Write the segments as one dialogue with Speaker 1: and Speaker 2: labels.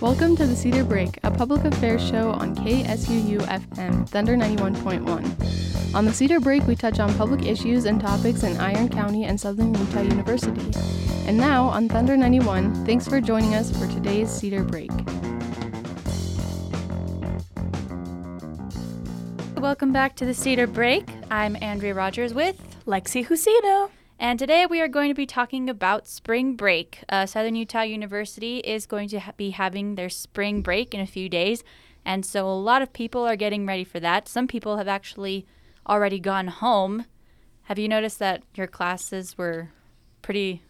Speaker 1: Welcome to the Cedar Break, a public affairs show on KSUU FM, Thunder 91.1. On the Cedar Break, we touch on public issues and topics in Iron County and Southern Utah University. And now on Thunder 91, thanks for joining us for today's Cedar Break.
Speaker 2: Welcome back to the Cedar Break. I'm Andrea Rogers with,
Speaker 3: Lexi Husino.
Speaker 2: and today we are going to be talking about spring break. Uh, Southern Utah University is going to ha- be having their spring break in a few days, and so a lot of people are getting ready for that. Some people have actually already gone home. Have you noticed that your classes were pretty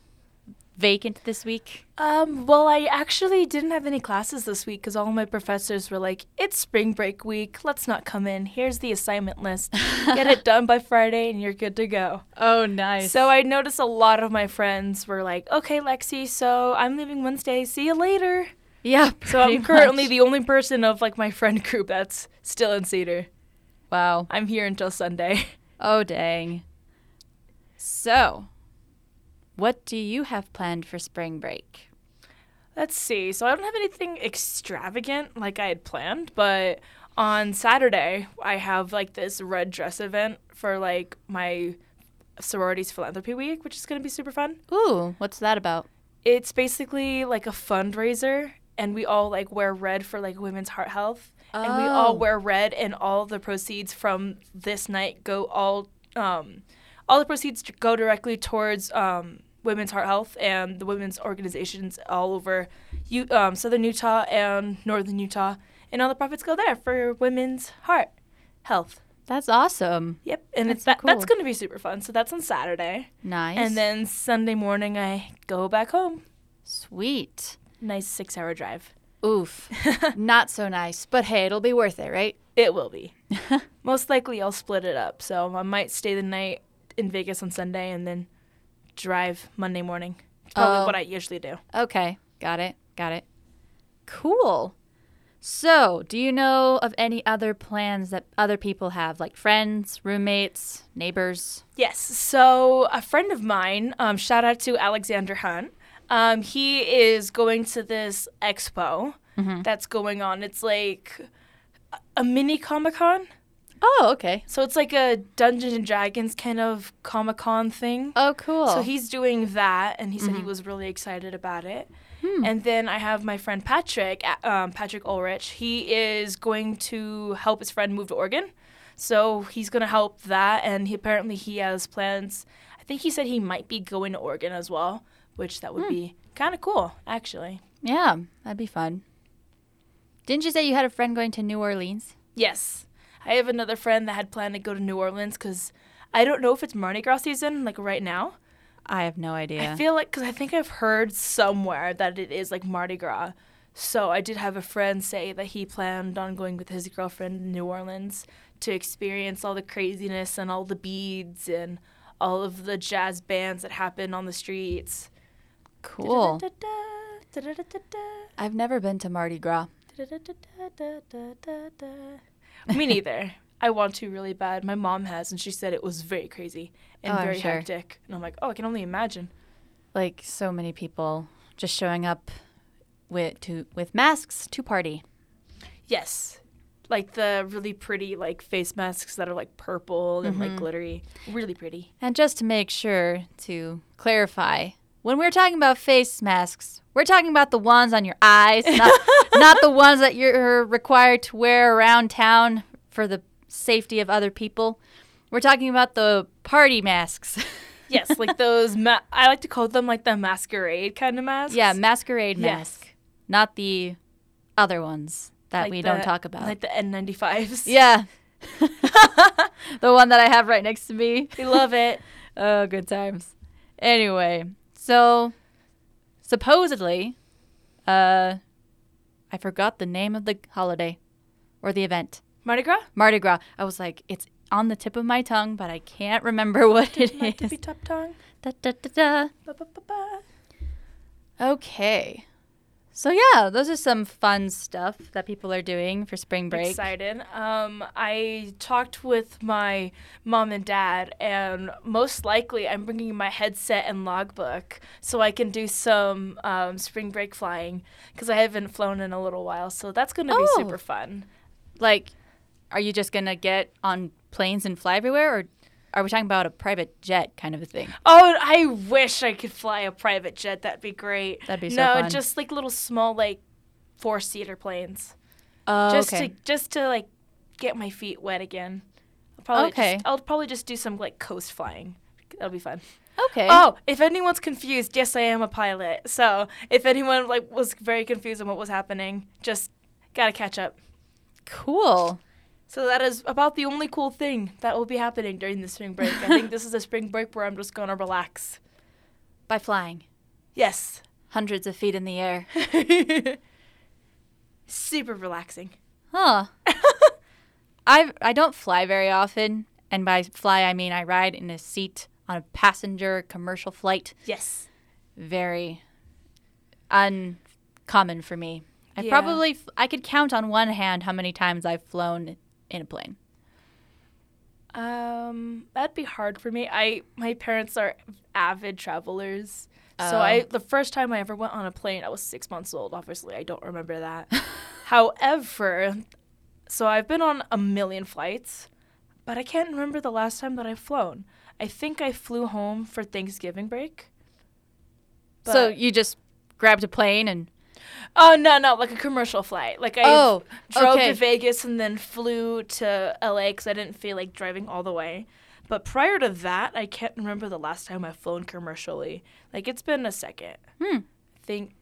Speaker 2: vacant this week?
Speaker 3: Um, well, I actually didn't have any classes this week because all my professors were like, it's spring break week. Let's not come in. Here's the assignment list. Get it done by Friday and you're good to go.
Speaker 2: Oh, nice.
Speaker 3: So I noticed a lot of my friends were like, okay, Lexi, so I'm leaving Wednesday. See you later.
Speaker 2: yeah,
Speaker 3: So I'm currently the only person of like my friend group that's still in Cedar.
Speaker 2: wow.
Speaker 3: I'm here until Sunday.
Speaker 2: Oh, dang. So, what do you have planned for spring break?
Speaker 3: Let's see. So I don't have anything extravagant like I had planned, but on Saturday I have like this red dress event for like my sorority's philanthropy week, which is going to be super fun.
Speaker 2: Ooh, what's that about?
Speaker 3: It's basically like a fundraiser and we all like wear red for like women's heart health and we
Speaker 2: Oh.
Speaker 3: all wear red and all the proceeds from this night go all um all the proceeds go directly towards um women's heart health and the women's organizations all over U- um, southern Utah and northern Utah and all the profits go there for women's heart health.
Speaker 2: That's awesome.
Speaker 3: Yep, and it's that
Speaker 2: That's
Speaker 3: that's
Speaker 2: cool.
Speaker 3: going to be super fun. So that's on Saturday.
Speaker 2: Nice.
Speaker 3: And then Sunday morning I go back home.
Speaker 2: sweet.
Speaker 3: Nice 6-hour drive.
Speaker 2: Oof. Not so nice, but hey, it'll be worth it, right?
Speaker 3: It will be. Most likely I'll split it up. So I might stay the night in Vegas on Sunday and then drive Monday morning. It's Probably
Speaker 2: Oh.
Speaker 3: what I usually do.
Speaker 2: Okay, got it. Got it. Cool. So, do you know of any other plans that other people have, like friends, roommates, neighbors?
Speaker 3: Yes. So a friend of mine, um, shout out to Alexander Hunt. Um, he is going to this expo that's going on. It's like a- a mini Comic Con.
Speaker 2: Oh, okay.
Speaker 3: So it's like a Dungeons and Dragons kind of Comic Con thing.
Speaker 2: Oh, cool.
Speaker 3: So he's doing that, and he said he was really excited about it. And then I have my friend Patrick, a- um, Patrick Ulrich. He is going to help his friend move to Oregon, so he's going to help that. And he, apparently, he has plans. I think he said he might be going to Oregon as well, which that would be kind of cool, actually.
Speaker 2: Yeah, that'd be fun. Didn't you say you had a friend going to New Orleans?
Speaker 3: Yes, I have another friend that had planned to go to New Orleans because I don't know if it's Mardi Gras season like right now.
Speaker 2: I have no idea.
Speaker 3: I feel like because I think I've heard somewhere that it is like Mardi Gras. So I did have a friend say that he planned on going with his girlfriend to New Orleans to experience all the craziness and all the beads and all of the jazz bands that happen on the streets.
Speaker 2: cool.
Speaker 3: Da-da-da-da, da-da-da-da-da,
Speaker 2: I've never been to Mardi Gras.
Speaker 3: da-da-da-da-da-da-da. Me neither. I want to really bad. My mom has, and she said it was very crazy and
Speaker 2: Oh, I'm
Speaker 3: very
Speaker 2: sure.
Speaker 3: hectic. And I'm like, oh, I can only imagine.
Speaker 2: Like so many people just showing up with to with masks to party.
Speaker 3: Yes. Like the really pretty like face masks that are like purple and
Speaker 2: Mm-hmm.
Speaker 3: like glittery. Really pretty.
Speaker 2: And just to make sure to clarify, when we're talking about face masks, we're talking about the ones on your eyes, not, not the ones that you're required to wear around town for the safety of other people. We're talking about the party masks.
Speaker 3: Yes, like those ma- I like to call them like the masquerade kind of masks.
Speaker 2: Yeah, masquerade
Speaker 3: Yes.
Speaker 2: mask, not the other ones that
Speaker 3: Like
Speaker 2: we
Speaker 3: the-
Speaker 2: don't talk about.
Speaker 3: Like the N95s.
Speaker 2: yeah. the one that I have right next to me.
Speaker 3: We love it.
Speaker 2: Oh, good times. Anyway, so supposedly uh I forgot the name of the holiday or the event.
Speaker 3: Mardi Gras?
Speaker 2: Mardi Gras. I was like, it's on the tip of my tongue, but I can't remember what it
Speaker 3: My
Speaker 2: is.
Speaker 3: tippy top tongue.
Speaker 2: Da, da, da, da.
Speaker 3: Ba, ba, ba, ba.
Speaker 2: Okay. So yeah, those are some fun stuff that people are doing for spring break.
Speaker 3: Excited. Um, I talked with my mom and dad, and most likely I'm bringing my headset and logbook so I can do some um, spring break flying because I haven't flown in a little while. So that's going to
Speaker 2: Oh.
Speaker 3: be super fun.
Speaker 2: Like, are you just gonna get on planes and fly everywhere, or are we talking about a private jet kind of a thing?
Speaker 3: Oh, I wish I could fly a private jet. That'd be great.
Speaker 2: That'd be so
Speaker 3: no,
Speaker 2: fun.
Speaker 3: just like little small like four seater planes.
Speaker 2: Oh,
Speaker 3: just
Speaker 2: okay.
Speaker 3: to just to like get my feet wet again. I'll probably
Speaker 2: Okay.
Speaker 3: Just, I'll probably just do some like coast flying. That'll be fun.
Speaker 2: okay.
Speaker 3: Oh, if anyone's confused, yes, I am a pilot. So if anyone like was very confused on what was happening, just gotta catch up.
Speaker 2: cool.
Speaker 3: So that is about the only cool thing that will be happening during the spring break. I think this is a spring break where I'm just gonna relax.
Speaker 2: By flying
Speaker 3: Yes,
Speaker 2: hundreds of feet in the air.
Speaker 3: super relaxing.
Speaker 2: Huh. I I don't fly very often, and by fly I mean I ride in a seat on a passenger commercial flight.
Speaker 3: Yes.
Speaker 2: Very uncommon for me. I
Speaker 3: Yeah.
Speaker 2: probably f- I could count on one hand how many times I've flown in a plane.
Speaker 3: Um, that'd be hard for me. I my parents are avid travelers. So
Speaker 2: Oh.
Speaker 3: I the first time I ever went on a plane, I was 6 months old. Obviously, I don't remember that. However, so I've been on a million flights, but I can't remember the last time that I've flown. I think I flew home for Thanksgiving break.
Speaker 2: so
Speaker 3: But-
Speaker 2: you just grabbed a plane and
Speaker 3: Oh no, no, like a commercial flight. Like I
Speaker 2: Oh,
Speaker 3: drove
Speaker 2: okay.
Speaker 3: to Vegas and then flew to LA because I didn't feel like driving all the way. But prior to that, I can't remember the last time I've flown commercially. Like it's been a second.
Speaker 2: Hmm.
Speaker 3: I think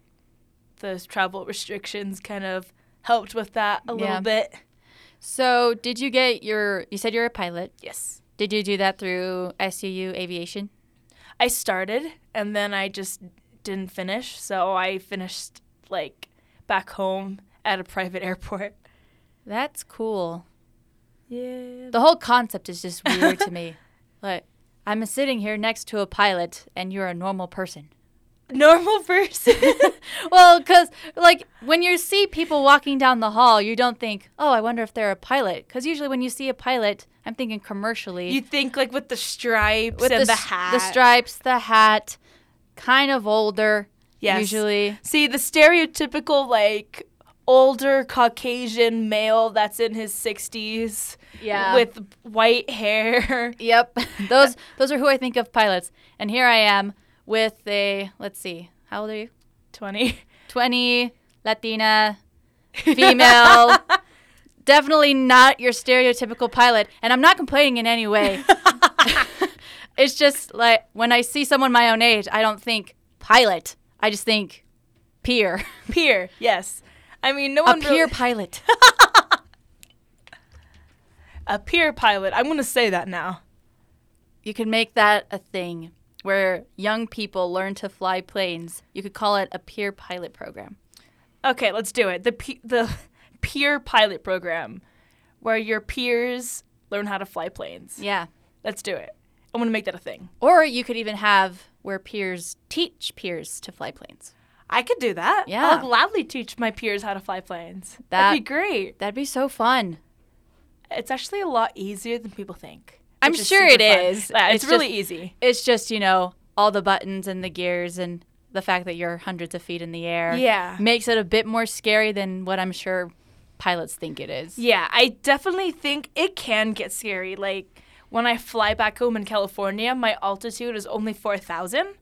Speaker 3: those travel restrictions kind of helped with that
Speaker 2: Yeah.
Speaker 3: a little bit.
Speaker 2: so did you get your you said you're a pilot.
Speaker 3: Yes.
Speaker 2: Did you do that through SUU Aviation?
Speaker 3: I started and then I just didn't finish. So I finished like back home at a private airport.
Speaker 2: That's cool.
Speaker 3: Yeah.
Speaker 2: The whole concept is just weird to me. Like, I'm sitting here next to a pilot, and you're a normal person.
Speaker 3: Normal person.
Speaker 2: Well, because, like, when you see people walking down the hall, you don't think, oh, I wonder if they're a pilot. Because usually when you see a pilot, I'm thinking commercially.
Speaker 3: You think like with the stripes
Speaker 2: with
Speaker 3: and the,
Speaker 2: s-
Speaker 3: hat.
Speaker 2: The stripes, the hat, kind of older,
Speaker 3: Yes.
Speaker 2: usually.
Speaker 3: See the stereotypical like older Caucasian male that's in his sixties.
Speaker 2: Yeah.
Speaker 3: With white hair.
Speaker 2: Yep. those, those are who I think of pilots. And here I am with a, let's see, how old are you?
Speaker 3: Twenty.
Speaker 2: 20, Latina, female. Definitely not your stereotypical pilot. And I'm not complaining in any way. it's just like when I see someone my own age, I don't think pilot. I just think peer.
Speaker 3: Peer. Yes. I mean, no
Speaker 2: A
Speaker 3: one.
Speaker 2: peer
Speaker 3: really-
Speaker 2: pilot.
Speaker 3: a peer pilot. I'm gonna say that now.
Speaker 2: You could make that a thing where young people learn to fly planes. You could call it a peer pilot program.
Speaker 3: Okay, let's do it. The pe- the peer pilot program, where your peers learn how to fly planes.
Speaker 2: Yeah.
Speaker 3: Let's do it. I'm gonna make that a thing.
Speaker 2: Or you could even have where peers teach peers to fly planes.
Speaker 3: I could do that.
Speaker 2: Yeah.
Speaker 3: I'll gladly teach my peers how to fly planes. That'd
Speaker 2: That-
Speaker 3: be great.
Speaker 2: That'd be so fun.
Speaker 3: It's actually a lot easier than people think.
Speaker 2: I'm
Speaker 3: which is
Speaker 2: sure
Speaker 3: super
Speaker 2: it
Speaker 3: fun.
Speaker 2: is.
Speaker 3: Yeah, it's,
Speaker 2: It's
Speaker 3: really
Speaker 2: just-
Speaker 3: easy.
Speaker 2: it's just you know all the buttons and the gears and the fact that you're hundreds of feet in the air
Speaker 3: Yeah.
Speaker 2: makes it a bit more scary than what i'm sure pilots think it is
Speaker 3: Yeah, I definitely think it can get scary. Like when I fly back home in California, my altitude is only 4,000.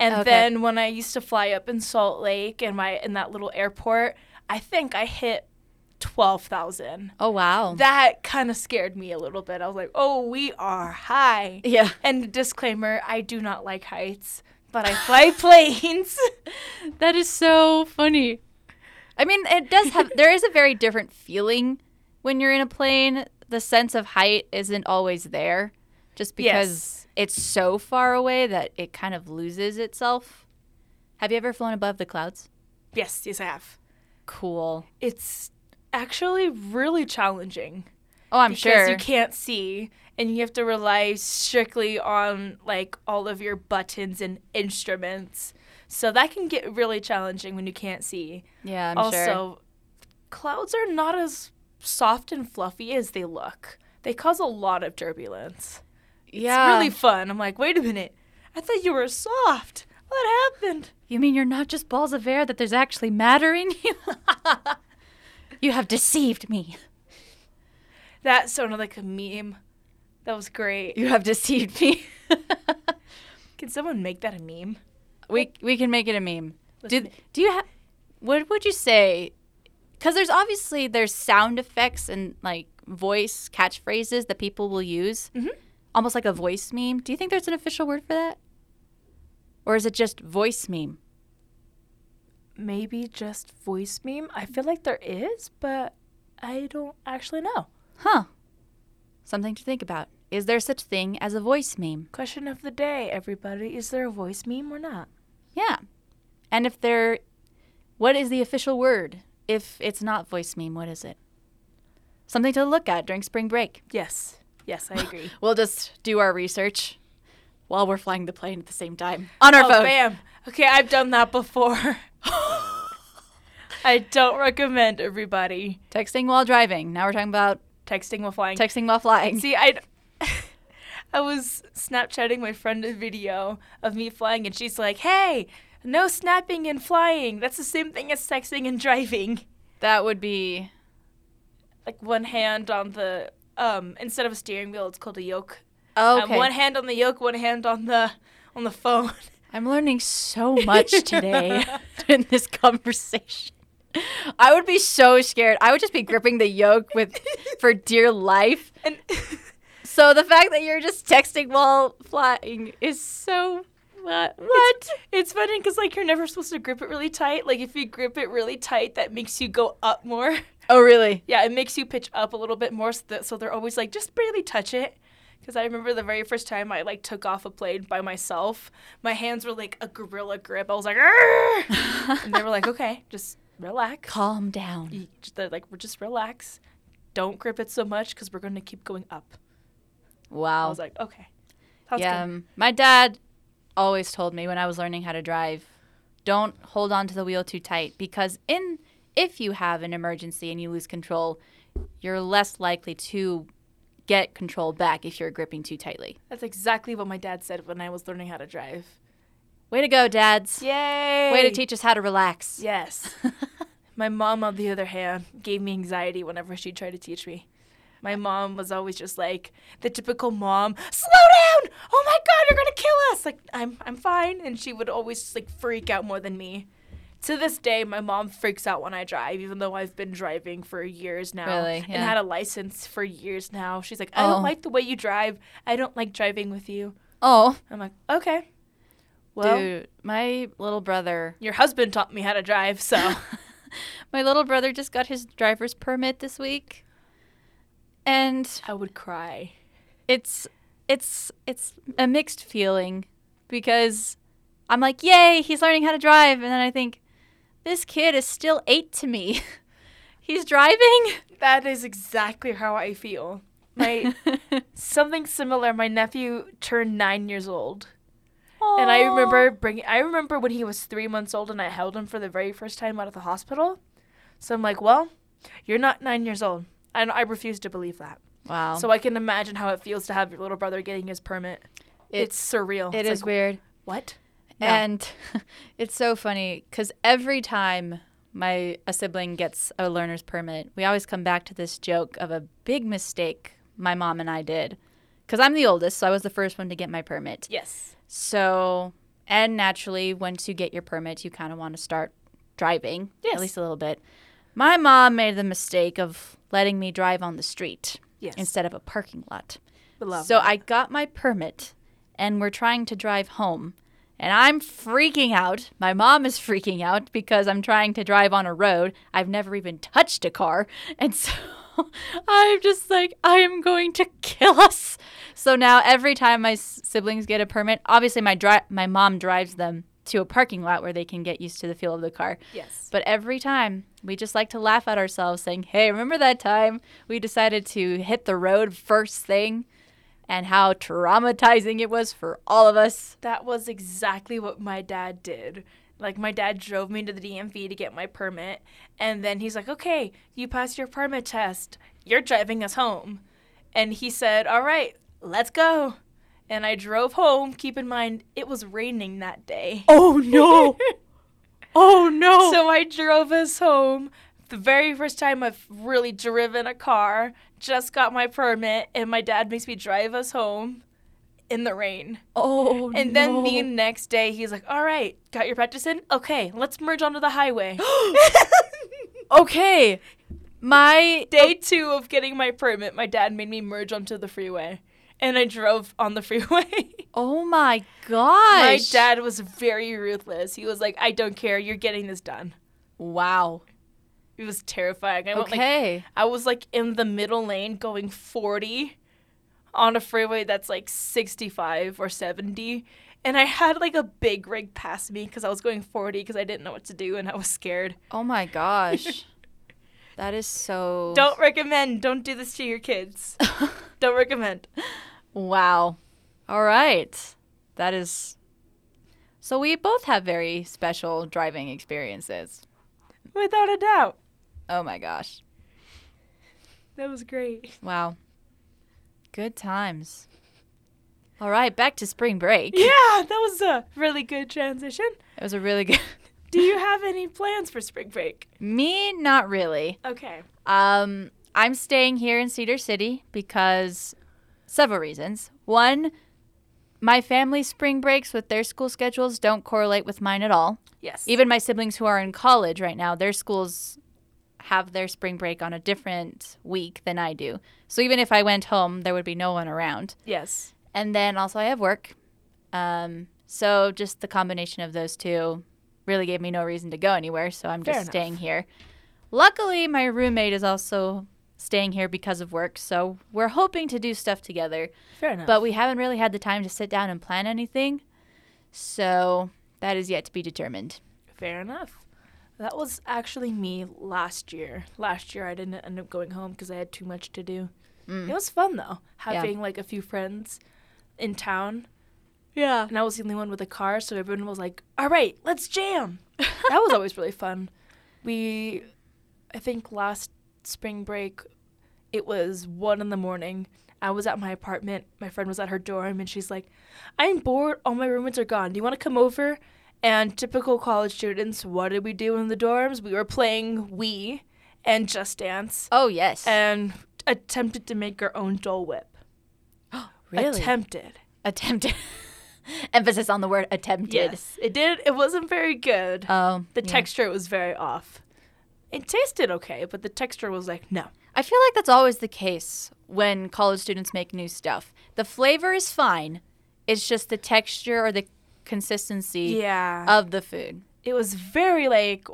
Speaker 3: And
Speaker 2: Okay.
Speaker 3: then when I used to fly up in Salt Lake and my in that little airport, I think I hit 12,000.
Speaker 2: oh wow
Speaker 3: That kind of scared me a little bit. I was like, "Oh, we are high."
Speaker 2: yeah
Speaker 3: And disclaimer, I do not like heights, but I fly planes.
Speaker 2: that is so funny i mean it does have there is a very different feeling when you're in a plane the sense of height isn't always there just because it's so far away that it kind of loses itself have you ever flown above the clouds
Speaker 3: yes, yes I have.
Speaker 2: cool
Speaker 3: It's actually really challenging
Speaker 2: oh i'm
Speaker 3: because
Speaker 2: sure
Speaker 3: you can't see and you have to rely strictly on like all of your buttons and instruments So that can get really challenging when you can't see.
Speaker 2: Yeah, I'm
Speaker 3: also,
Speaker 2: sure.
Speaker 3: clouds are not as soft and fluffy as they look. They cause a lot of turbulence.
Speaker 2: Yeah.
Speaker 3: It's really fun. I'm like, wait a minute. I thought you were soft. What happened?
Speaker 2: You mean you're not just balls of air, that there's actually matter in you? you have deceived me.
Speaker 3: That sounded like a meme. That was great.
Speaker 2: You have deceived me.
Speaker 3: Can someone make that a meme?
Speaker 2: we we can make it a meme. Do
Speaker 3: Let's
Speaker 2: do you have what would you say? Because there's obviously there's sound effects and like voice catchphrases that people will use,
Speaker 3: Mhm.
Speaker 2: almost like a voice meme. Do you think there's an official word for that, or is it just voice meme?
Speaker 3: Maybe just voice meme? I feel like there is, but I don't actually know.
Speaker 2: Huh. Something to think about. Is there such thing as a voice meme?
Speaker 3: Question of the day, everybody. Is there a voice meme or not?
Speaker 2: Yeah. And if there, what is the official word? If it's not voice meme, what is it? Something to look at during spring break.
Speaker 3: Yes. Yes, I agree.
Speaker 2: We'll just do our research while we're flying the plane at the same time on our
Speaker 3: oh,
Speaker 2: phone.
Speaker 3: bam. Okay, I've done that before. I don't recommend everybody
Speaker 2: Texting while driving. Now we're talking about
Speaker 3: texting while flying.
Speaker 2: texting while flying.
Speaker 3: See, I, I was Snapchatting my friend a video of me flying, and she's like, "Hey, no snapping and flying. That's the same thing as texting and driving.
Speaker 2: That would be
Speaker 3: Like one hand on the um instead of a steering wheel, it's called a yoke.
Speaker 2: okay.
Speaker 3: Um, one hand on the yoke, one hand on the on the phone.
Speaker 2: I'm learning so much today in this conversation. I would be so scared. I would just be gripping the yoke with for dear life.
Speaker 3: and
Speaker 2: So the fact that you're just texting while flying is so what?
Speaker 3: what? It's funny because like you're never supposed to grip it really tight. Like if you grip it really tight, that makes you go up more.
Speaker 2: Oh really?
Speaker 3: Yeah, it makes you pitch up a little bit more, so, that, so they're always like, just barely touch it. Because I remember the very first time I like took off a plane by myself, my hands were like a gorilla grip. I was like, "Arr!" and they were like, okay, just relax.
Speaker 2: Calm down.
Speaker 3: You- They're like, we're just relax. Don't grip it so much because we're gonna keep going up. I
Speaker 2: Wow.
Speaker 3: was like, okay, sounds
Speaker 2: yeah,
Speaker 3: good.
Speaker 2: um, my dad always told me when I was learning how to drive, don't hold on to the wheel too tight because in if you have an emergency and you lose control, you're less likely to get control back if you're gripping too tightly.
Speaker 3: That's exactly what my dad said when I was learning how to drive.
Speaker 2: Way to go, dads!
Speaker 3: Yay!
Speaker 2: Way to teach us how to relax.
Speaker 3: Yes. my mom, on the other hand, gave me anxiety whenever she tried to teach me. My mom was always just like the typical mom, slow down! Oh my god, you're gonna kill us! Like, I'm I'm fine. And she would always just like freak out more than me. To this day, my mom freaks out when I drive, even though I've been driving for years now
Speaker 2: Really?
Speaker 3: and
Speaker 2: Yeah.
Speaker 3: had a license for years now. She's like, I
Speaker 2: Oh.
Speaker 3: don't like the way you drive. I don't like driving with you.
Speaker 2: Oh,
Speaker 3: I'm like, okay. Well,
Speaker 2: dude, my little brother,
Speaker 3: your husband taught me how to drive, so.
Speaker 2: my little brother just got his driver's permit this week, and
Speaker 3: I would cry.
Speaker 2: it's it's it's a mixed feeling because I'm like, yay, he's learning how to drive, and then I think this kid is still eight to me. he's driving.
Speaker 3: That is exactly how I feel. My something similar. My nephew turned nine years old, and I remember bringing. I remember when he was three months old, and I held him for the very first time out of the hospital. So I'm like, well, you're not nine years old, and I refuse to believe that.
Speaker 2: Wow,
Speaker 3: So I can imagine how it feels to have your little brother getting his permit.
Speaker 2: It-
Speaker 3: It's, surreal.
Speaker 2: it
Speaker 3: it's
Speaker 2: is
Speaker 3: like,
Speaker 2: weird,
Speaker 3: What?
Speaker 2: and it's so funny because every time my a sibling gets a learner's permit, we always come back to this joke of a big mistake my mom and I did. Because I'm the oldest, so I was the first one to get my permit.
Speaker 3: Yes.
Speaker 2: So, and naturally, once you get your permit, you kind of want to start driving,
Speaker 3: Yes.
Speaker 2: at least a little bit. My mom made the mistake of letting me drive on the street
Speaker 3: Yes.
Speaker 2: instead of a parking lot.
Speaker 3: Beloved.
Speaker 2: so I got my permit and we're trying to drive home. And I'm freaking out. My mom is freaking out because I'm trying to drive on a road. I've never even touched a car. And so I'm just like, I am going to kill us. So now every time my s- siblings get a permit, obviously my dri- my mom drives them to a parking lot where they can get used to the feel of the car.
Speaker 3: yes.
Speaker 2: But every time, we just like to laugh at ourselves saying, hey, remember that time we decided to hit the road first thing? and how traumatizing it was for all of us.
Speaker 3: That was exactly what my dad did. Like my dad drove me to the DMV to get my permit, and then he's like, "Okay, you passed your permit test. You're driving us home." And he said, "All right, let's go." And I drove home. Keep in mind, it was raining that day.
Speaker 2: Oh no! oh no!
Speaker 3: So I drove us home. The very first time I've really driven a car, just got my permit, and my dad makes me drive us home in the rain.
Speaker 2: oh
Speaker 3: And then the next day, he's like, All right, got your practice in? Okay, let's merge onto the highway.
Speaker 2: okay, my
Speaker 3: day two of getting my permit, my dad made me merge onto the freeway. And I drove on the freeway.
Speaker 2: oh my gosh!
Speaker 3: My dad was very ruthless. He was like, I don't care. You're getting this done.
Speaker 2: Wow.
Speaker 3: It was terrifying. I, went like,
Speaker 2: Okay.
Speaker 3: I was like in the middle lane going 40 on a freeway that's like 65 or 70. And I had like a big rig pass me because I was going 40 because I didn't know what to do and I was scared.
Speaker 2: oh my gosh. that is so.
Speaker 3: Don't recommend. Don't do this to your kids. don't recommend.
Speaker 2: Wow. All right. That is. So we both have very special driving experiences.
Speaker 3: Without a doubt.
Speaker 2: Oh my gosh.
Speaker 3: That was great.
Speaker 2: Wow. Good times. All right, back to spring break.
Speaker 3: Yeah, that was a really good transition.
Speaker 2: It was a really good.
Speaker 3: Do you have any plans for spring break?
Speaker 2: Me, not really.
Speaker 3: Okay.
Speaker 2: Um, I'm staying here in Cedar City because several reasons. One, my family's spring breaks with their school schedules don't correlate with mine at all.
Speaker 3: Yes.
Speaker 2: Even my siblings who are in college right now, their schools have their spring break on a different week than I do. So even if I went home, there would be no one around.
Speaker 3: yes.
Speaker 2: And then also I have work. Um, so just the combination of those two really gave me no reason to go anywhere. So I'm
Speaker 3: Fair
Speaker 2: just
Speaker 3: enough.
Speaker 2: staying here. Luckily, my roommate is also staying here because of work. So we're hoping to do stuff together,
Speaker 3: Fair enough.
Speaker 2: but we haven't really had the time to sit down and plan anything. So that is yet to be determined.
Speaker 3: Fair enough. That was actually me last year. Last year I didn't end up going home because I had too much to do.
Speaker 2: Mm.
Speaker 3: It was fun though, having like a few friends in town.
Speaker 2: Yeah.
Speaker 3: And I was the only one with a car, so everyone was like, "All right, let's jam." that was always really fun. We, I think last spring break, it was one in the morning. I was at my apartment. My friend was at her dorm, and she's like, "I'm bored. All my roommates are gone. Do you want to come over?" And typical college students, what did we do in the dorms? We were playing Wii and Just Dance,
Speaker 2: Oh, yes.
Speaker 3: and attempted to make our own Dole Whip. Attempted.
Speaker 2: attempted. Emphasis on the word attempted.
Speaker 3: Yes, it did. It wasn't very good.
Speaker 2: Oh,
Speaker 3: The
Speaker 2: yeah.
Speaker 3: texture was very off. It tasted okay, but the texture was like, no.
Speaker 2: I feel like that's always the case when college students make new stuff. The flavor is fine, it's just the texture or the consistency
Speaker 3: Yeah.
Speaker 2: of the food.
Speaker 3: Uh, it was very like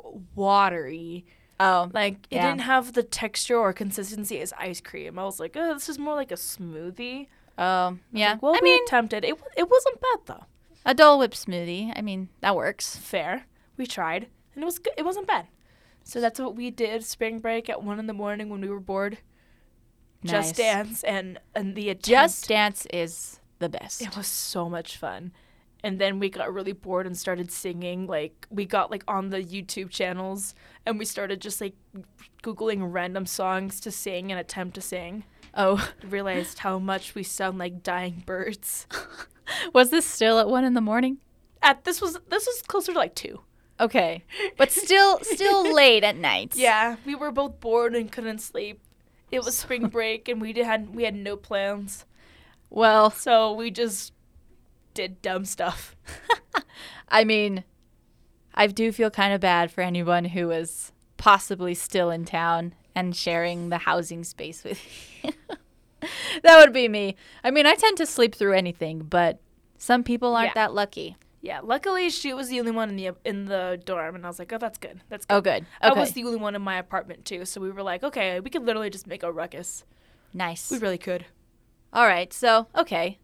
Speaker 3: watery.
Speaker 2: Oh,
Speaker 3: Like it
Speaker 2: Yeah.
Speaker 3: didn't have the texture or consistency as ice cream. I was like, oh, this is more like a smoothie.
Speaker 2: oh, yeah.
Speaker 3: Like, well,
Speaker 2: I
Speaker 3: we
Speaker 2: mean,
Speaker 3: attempted. It wa- it wasn't bad though.
Speaker 2: a Dole Whip smoothie. I mean, that works.
Speaker 3: Fair. We tried, and it was good. It wasn't bad. So that's what we did spring break at one in the morning when we were bored. Just
Speaker 2: Nice.
Speaker 3: dance and and the attempt.
Speaker 2: Just Dance is the best.
Speaker 3: It was so much fun. And then we got really bored and started singing. Like we got like on the YouTube channels and we started just like googling random songs to sing and attempt to sing.
Speaker 2: Oh,
Speaker 3: Realized how much we sound like dying birds.
Speaker 2: was this still at one in the morning?
Speaker 3: At this was this was closer to like two.
Speaker 2: Okay, but still, still late at night.
Speaker 3: Yeah, we were both bored and couldn't sleep. It was spring break and we did, had we had no plans,
Speaker 2: Well,
Speaker 3: so we just did dumb stuff.
Speaker 2: I mean, I do feel kind of bad for anyone who is possibly still in town and sharing the housing space with you. that would be me. I mean, I tend to sleep through anything, but some people aren't
Speaker 3: Yeah.
Speaker 2: that lucky.
Speaker 3: Yeah, luckily she was the only one in the in the dorm, and I was like, oh, that's good. That's good.
Speaker 2: Oh, good.
Speaker 3: I
Speaker 2: Okay.
Speaker 3: was the only one in my apartment too, so we were like, okay, we could literally just make a ruckus.
Speaker 2: nice.
Speaker 3: We really could.
Speaker 2: All right. So, okay.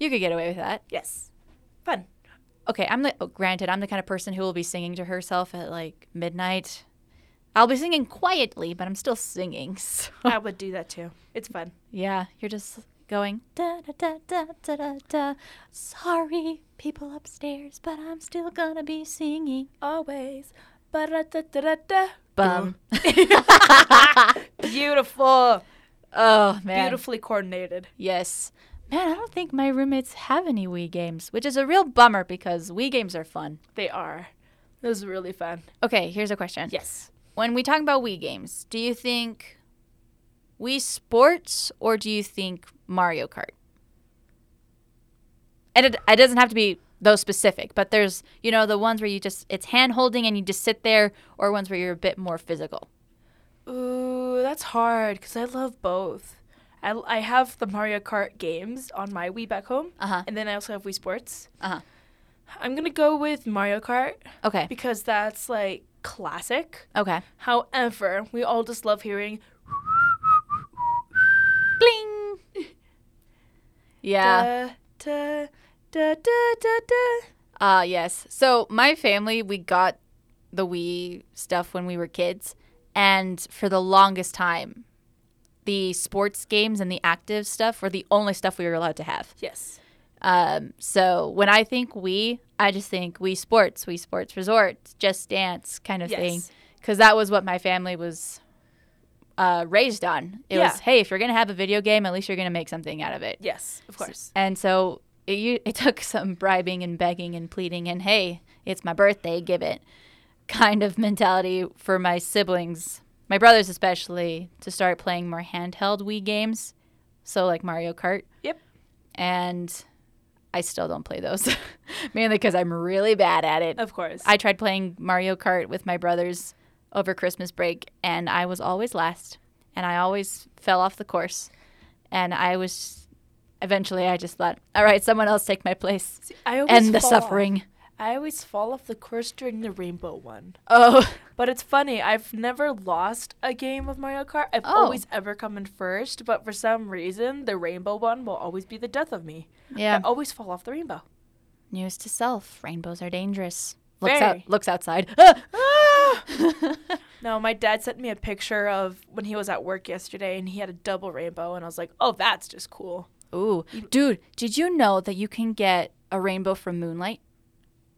Speaker 2: You could get away with that.
Speaker 3: Yes. Fun.
Speaker 2: Okay. I'm the, oh, granted, I'm the kind of person who will be singing to herself at like midnight. I'll be singing quietly, but I'm still singing. So.
Speaker 3: I would do that too. It's fun.
Speaker 2: Yeah, you're just going da da da da da da da. Sorry, people upstairs, but I'm still gonna be singing.
Speaker 3: Always. Ba-da-da-da-da.
Speaker 2: Bum.
Speaker 3: Beautiful.
Speaker 2: oh man.
Speaker 3: Beautifully coordinated.
Speaker 2: Yes. Man, I don't think my roommates have any Wii games, which is a real bummer because Wii games are fun.
Speaker 3: They are. It was really fun.
Speaker 2: Okay, here's a question.
Speaker 3: Yes.
Speaker 2: When we talk about Wii games, do you think Wii Sports or do you think Mario Kart? And it, it doesn't have to be those specific, but there's, you know, the ones where you just, it's hand holding and you just sit there, or ones where you're a bit more physical.
Speaker 3: Ooh, that's hard because I love both. I, I have the Mario Kart games on my Wii back home,
Speaker 2: Uh huh.
Speaker 3: and then I also have Wii Sports.
Speaker 2: Uh-huh.
Speaker 3: I'm gonna go with Mario Kart
Speaker 2: Okay.
Speaker 3: because that's like classic.
Speaker 2: Okay.
Speaker 3: However, we all just love hearing
Speaker 2: Bling! Yeah.
Speaker 3: da, da, da, da, da, da.
Speaker 2: Ah, yes. So my family, we got the Wii stuff when we were kids, and for the longest time, the sports games and the active stuff were the only stuff we were allowed to have.
Speaker 3: Yes.
Speaker 2: Um, so when I think Wii, I just think Wii Sports, Wii Sports Resort, Just Dance kind of
Speaker 3: Yes.
Speaker 2: thing, because that was what my family was uh, raised on. It was,
Speaker 3: Yeah.
Speaker 2: hey, if you're gonna have a video game, at least you're gonna make something out of it.
Speaker 3: Yes, of course.
Speaker 2: And so it, u- it took some bribing and begging and pleading and hey, it's my birthday, give it kind of mentality for my siblings, my brothers especially, to start playing more handheld Wii games. So like Mario Kart.
Speaker 3: Yep.
Speaker 2: And I still don't play those, mainly because I'm really bad at it.
Speaker 3: Of course.
Speaker 2: I tried playing Mario Kart with my brothers over Christmas break, and I was always last, and I always fell off the course, and I was. Eventually, I just thought, all right, someone else take my place.
Speaker 3: See, I always
Speaker 2: End the
Speaker 3: fall off.
Speaker 2: suffering.
Speaker 3: I always fall off the course during the rainbow one.
Speaker 2: Oh,
Speaker 3: But it's funny, I've never lost a game of Mario Kart. I've
Speaker 2: Oh.
Speaker 3: always ever come in first, but for some reason, the rainbow one will always be the death of me.
Speaker 2: yeah.
Speaker 3: I always fall off the rainbow.
Speaker 2: News to self: rainbows are dangerous. Looks
Speaker 3: Very.
Speaker 2: out. Looks outside. Ah!
Speaker 3: No, my dad sent me a picture of when he was at work yesterday and he had a double rainbow, and I was like, oh, that's just cool.
Speaker 2: Ooh, dude, did you know that you can get a rainbow from moonlight?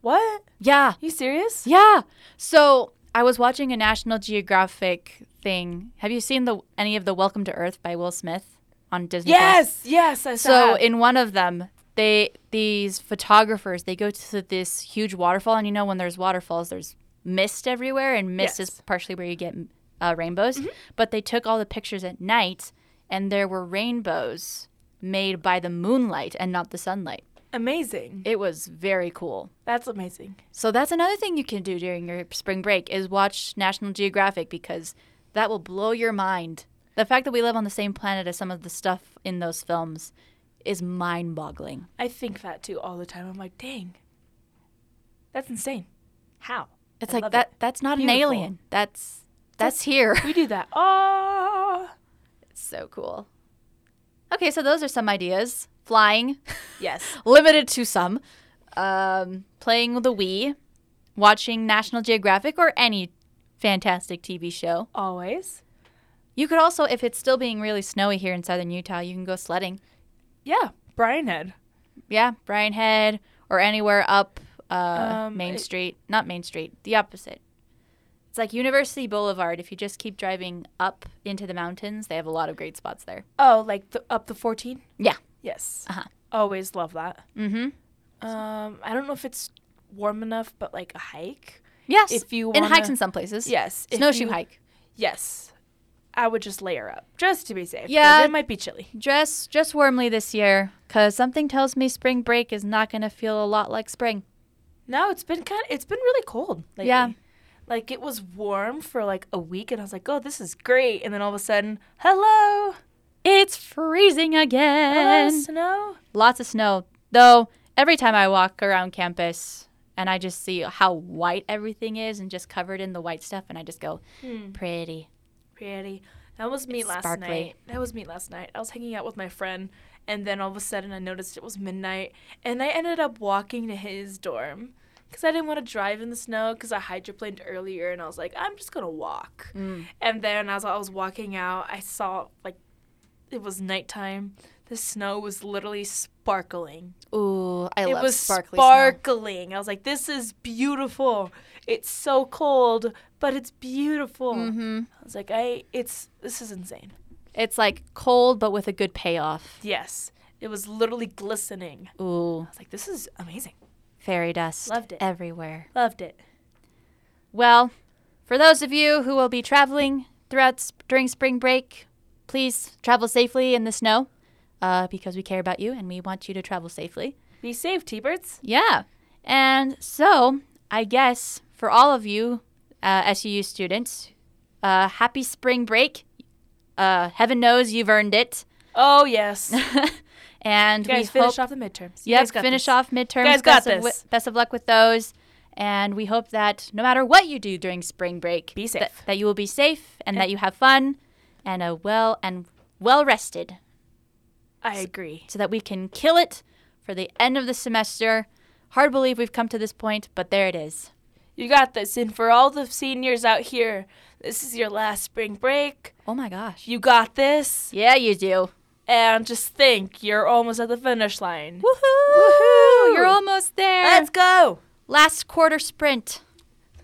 Speaker 3: What?
Speaker 2: Yeah.
Speaker 3: You serious?
Speaker 2: Yeah. So I was watching a National Geographic thing. Have you seen the any of the Welcome to Earth by Will Smith on Disney? Plus?
Speaker 3: Yes, yes, I saw
Speaker 2: So
Speaker 3: that.
Speaker 2: in one of them, they these photographers they go to this huge waterfall, and you know when there's waterfalls, there's mist everywhere, and mist
Speaker 3: Yes. Mm-hmm.
Speaker 2: is partially where you get uh, rainbows. But they took all the pictures at night, and there were rainbows made by the moonlight and not the sunlight.
Speaker 3: amazing.
Speaker 2: It was very cool.
Speaker 3: That's amazing.
Speaker 2: So that's another thing you can do during your spring break is watch National Geographic because that will blow your mind. The fact that we live on the same planet as some of the stuff in those films is mind-boggling.
Speaker 3: I think that too all the time. I'm like, dang, that's insane. How?
Speaker 2: It's
Speaker 3: I
Speaker 2: like
Speaker 3: love
Speaker 2: that that's not an
Speaker 3: Beautiful.
Speaker 2: alien. That's that's here.
Speaker 3: it. We do that. Oh,
Speaker 2: It's so cool. Okay, so those are some ideas. Flying,
Speaker 3: yes.
Speaker 2: limited to some. Um, playing with the Wii, watching National Geographic or any fantastic TV show.
Speaker 3: Always.
Speaker 2: You could also, if it's still being really snowy here in southern Utah, you can go sledding.
Speaker 3: Yeah, Brian Head.
Speaker 2: Yeah, Bryan Head or anywhere up uh,
Speaker 3: Um,
Speaker 2: Main
Speaker 3: I-
Speaker 2: Street. Not Main Street, the opposite. It's like University Boulevard. If you just keep driving up into the mountains, they have a lot of great spots there.
Speaker 3: Oh, like the, up the 14?
Speaker 2: Yeah.
Speaker 3: Yes.
Speaker 2: Uh-huh.
Speaker 3: Always love that.
Speaker 2: Mm-hmm.
Speaker 3: Um, I don't know if it's warm enough, but like a hike.
Speaker 2: Yes.
Speaker 3: If you
Speaker 2: and hikes
Speaker 3: wanna-
Speaker 2: in some places.
Speaker 3: Yes. if
Speaker 2: Snowshoe
Speaker 3: you-
Speaker 2: hike.
Speaker 3: Yes. I would just layer up just to be safe. 'cause
Speaker 2: Yeah.
Speaker 3: It might be chilly.
Speaker 2: Dress just warmly this year, cause something tells me spring break is not gonna feel a lot like spring.
Speaker 3: No, it's been kind of, it's been really cold lately.
Speaker 2: Yeah.
Speaker 3: Like it was warm for like a week and I was like, "Oh, this is great." And then all of a sudden, "Hello.
Speaker 2: It's freezing
Speaker 3: Hello,
Speaker 2: again.
Speaker 3: snow."
Speaker 2: lots of snow. Though every time I walk around campus and I just see how white everything is and just covered in the white stuff, and I just go,
Speaker 3: Hmm.
Speaker 2: pretty.
Speaker 3: Pretty. That was me
Speaker 2: It's
Speaker 3: last
Speaker 2: sparkly.
Speaker 3: night. That was me last night. I was hanging out with my friend, and then all of a sudden I noticed it was midnight, and I ended up walking to his dorm because I didn't want to drive in the snow because I hydroplaned earlier, and I
Speaker 2: Mm.
Speaker 3: was like, I'm just gonna walk. And then as I was walking out, I saw like it was nighttime. The snow was literally sparkling.
Speaker 4: Ooh, I
Speaker 3: it
Speaker 4: love
Speaker 3: was
Speaker 4: sparkly snow.
Speaker 3: sparkling. I was like, this is beautiful. It's so cold, but it's beautiful.
Speaker 2: Mm-hmm.
Speaker 3: I was like, I it's this is insane.
Speaker 2: It's like cold but with a good payoff.
Speaker 3: Yes. It was literally glistening. I
Speaker 2: Ooh,
Speaker 3: was like, this is amazing.
Speaker 2: fairy dust.
Speaker 3: Loved it.
Speaker 2: Everywhere.
Speaker 3: Loved it.
Speaker 2: Well, for those of you who will be traveling throughout sp- during spring break, please travel safely in the snow uh, because we care about you and we want you to travel safely.
Speaker 3: Be safe, T Birds.
Speaker 2: Yeah. And so, I guess for all of you uh, SUU students, uh, happy spring break. Uh, heaven knows you've earned it.
Speaker 3: Oh yes. You
Speaker 2: and
Speaker 3: guys
Speaker 2: we hope
Speaker 3: finish off the midterms. You
Speaker 2: Yep,
Speaker 3: guys got
Speaker 2: finish
Speaker 3: this.
Speaker 2: off midterms.
Speaker 3: guys got
Speaker 2: best, Of
Speaker 3: this.
Speaker 2: wi- best of luck with those. And we hope that no matter what you do during spring break,
Speaker 3: Be
Speaker 2: that-
Speaker 3: safe.
Speaker 2: that you will be safe and that you have fun and are well and well rested
Speaker 3: I agree.
Speaker 2: so that we can kill it for the end of the semester. Hard to believe we've come to this point, but there it is.
Speaker 3: You got this. And for all the seniors out here, this is your last spring break.
Speaker 2: Oh my gosh.
Speaker 3: You got this.
Speaker 2: Yeah, you do.
Speaker 3: And just think, you're almost at the finish line.
Speaker 2: Woohoo! You're almost there.
Speaker 3: Let's go.
Speaker 2: Last quarter sprint.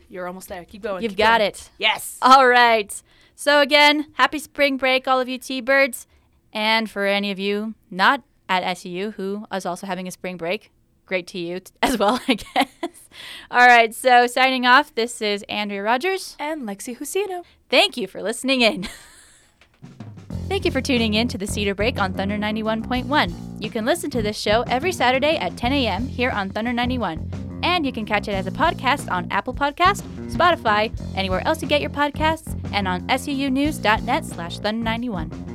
Speaker 3: You're almost there. Keep going.
Speaker 2: You've got it.
Speaker 3: Yes.
Speaker 2: All right. So again, happy spring break, all of you T-birds, and for any of you not at SEU who is also having a spring break, great to you t- as well, I guess. All right. So signing off. This is Andrea Rogers.
Speaker 3: And Lexi Husino.
Speaker 2: Thank you for listening in. Thank you for tuning in to the Cedar Break on Thunder 91.1. You can listen to this show every Saturday at 10 a.m. here on Thunder 91. And you can catch it as a podcast on Apple Podcast, Spotify, anywhere else you get your podcasts, and on suunews.net slash thunder 91.